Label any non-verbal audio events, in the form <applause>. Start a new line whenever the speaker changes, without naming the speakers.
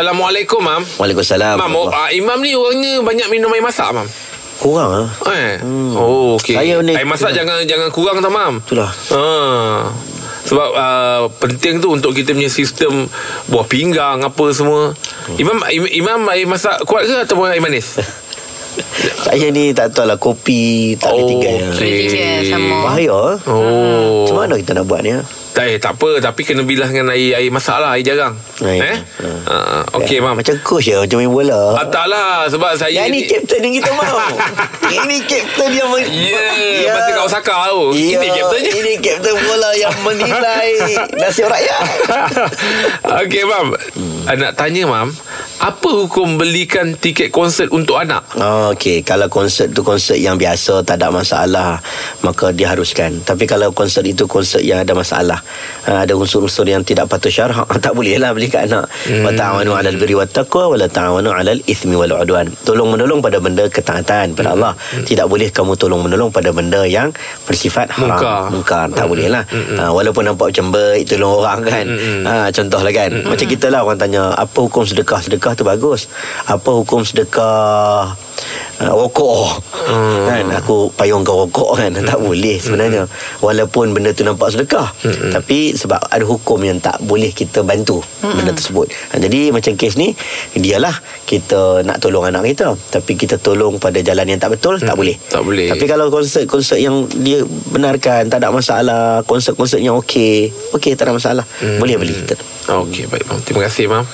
Assalamualaikum, Mam.
Waalaikumsalam.
Mam, oh, ah,
Allah.
Imam ni orangnya banyak minum air masak, Mam.
Kurang ah.
Eh. Oh, okey.
Saya ni-
Air masak jangan jangan kurang tau, Mam.
Itulah.
Ha. Sebab uh, penting tu untuk kita punya sistem buah pinggang apa semua.
Hmm.
Imam Im- Imam air masak kuat ke ataupun air manis?
Saya ni tak tahu lah kopi <laughs> tak boleh tinggal.
Oh, okey.
Okay.
Boleh tinggal sama.
Bahaya. ah.
Oh.
Macam mana kita nak buat ni? ah?
Tak, eh, tak apa tapi kena bilas dengan air air masak lah, air jarang.
Air.
Eh? Uh, okey, Mam.
Macam Ya, coach ya, macam main bola.
Ah, tak lah sebab saya
Yang ni kapten yang kita
<laughs>
mau. Yang ni kapten yang men-
Ya, yeah, masa kat Osaka tu.
Ya,
Ini
<laughs>
kaptennya.
Ini kapten bola yang
<laughs>
menilai nasib rakyat.
Okey, Mam. Hmm. Nak tanya, Mam. Apa hukum belikan tiket konsert untuk anak?
Oh, Okey, kalau konsert tu konsert yang biasa tak ada masalah, maka diharuskan. Tapi kalau konsert itu konsert yang ada masalah, ha, ada unsur-unsur yang tidak patut syarak, <laughs> tak bolehlah beli kat anak. Wa ta'awanu 'alal birri wat taqwa wa la ta'awanu 'alal ithmi wal 'udwan. Tolong menolong pada benda ketaatan pada Allah. Tidak boleh kamu tolong menolong pada benda yang bersifat haram.
Mungkar.
Mungkar, tak bolehlah. Ha, walaupun nampak macam baik tolong orang kan. Ha, contohlah kan. Macam kita lah orang tanya, apa hukum sedekah? Sedekah tu bagus. Apa hukum sedekah uh, rokok
Mm.
hmm. kan aku payung kau rokok kan <laughs> tak boleh sebenarnya walaupun benda tu nampak sedekah hmm. tapi sebab ada hukum yang tak boleh kita bantu hmm. benda tersebut Ha, jadi macam kes ni dialah kita nak tolong anak kita tapi kita tolong pada jalan yang tak betul hmm. tak boleh
Tak boleh.
tapi kalau konsert-konsert yang dia benarkan tak ada masalah konsert-konsert yang okey okey tak ada masalah hmm. boleh beli
Okey, baik, Mam. Terima kasih, Mam.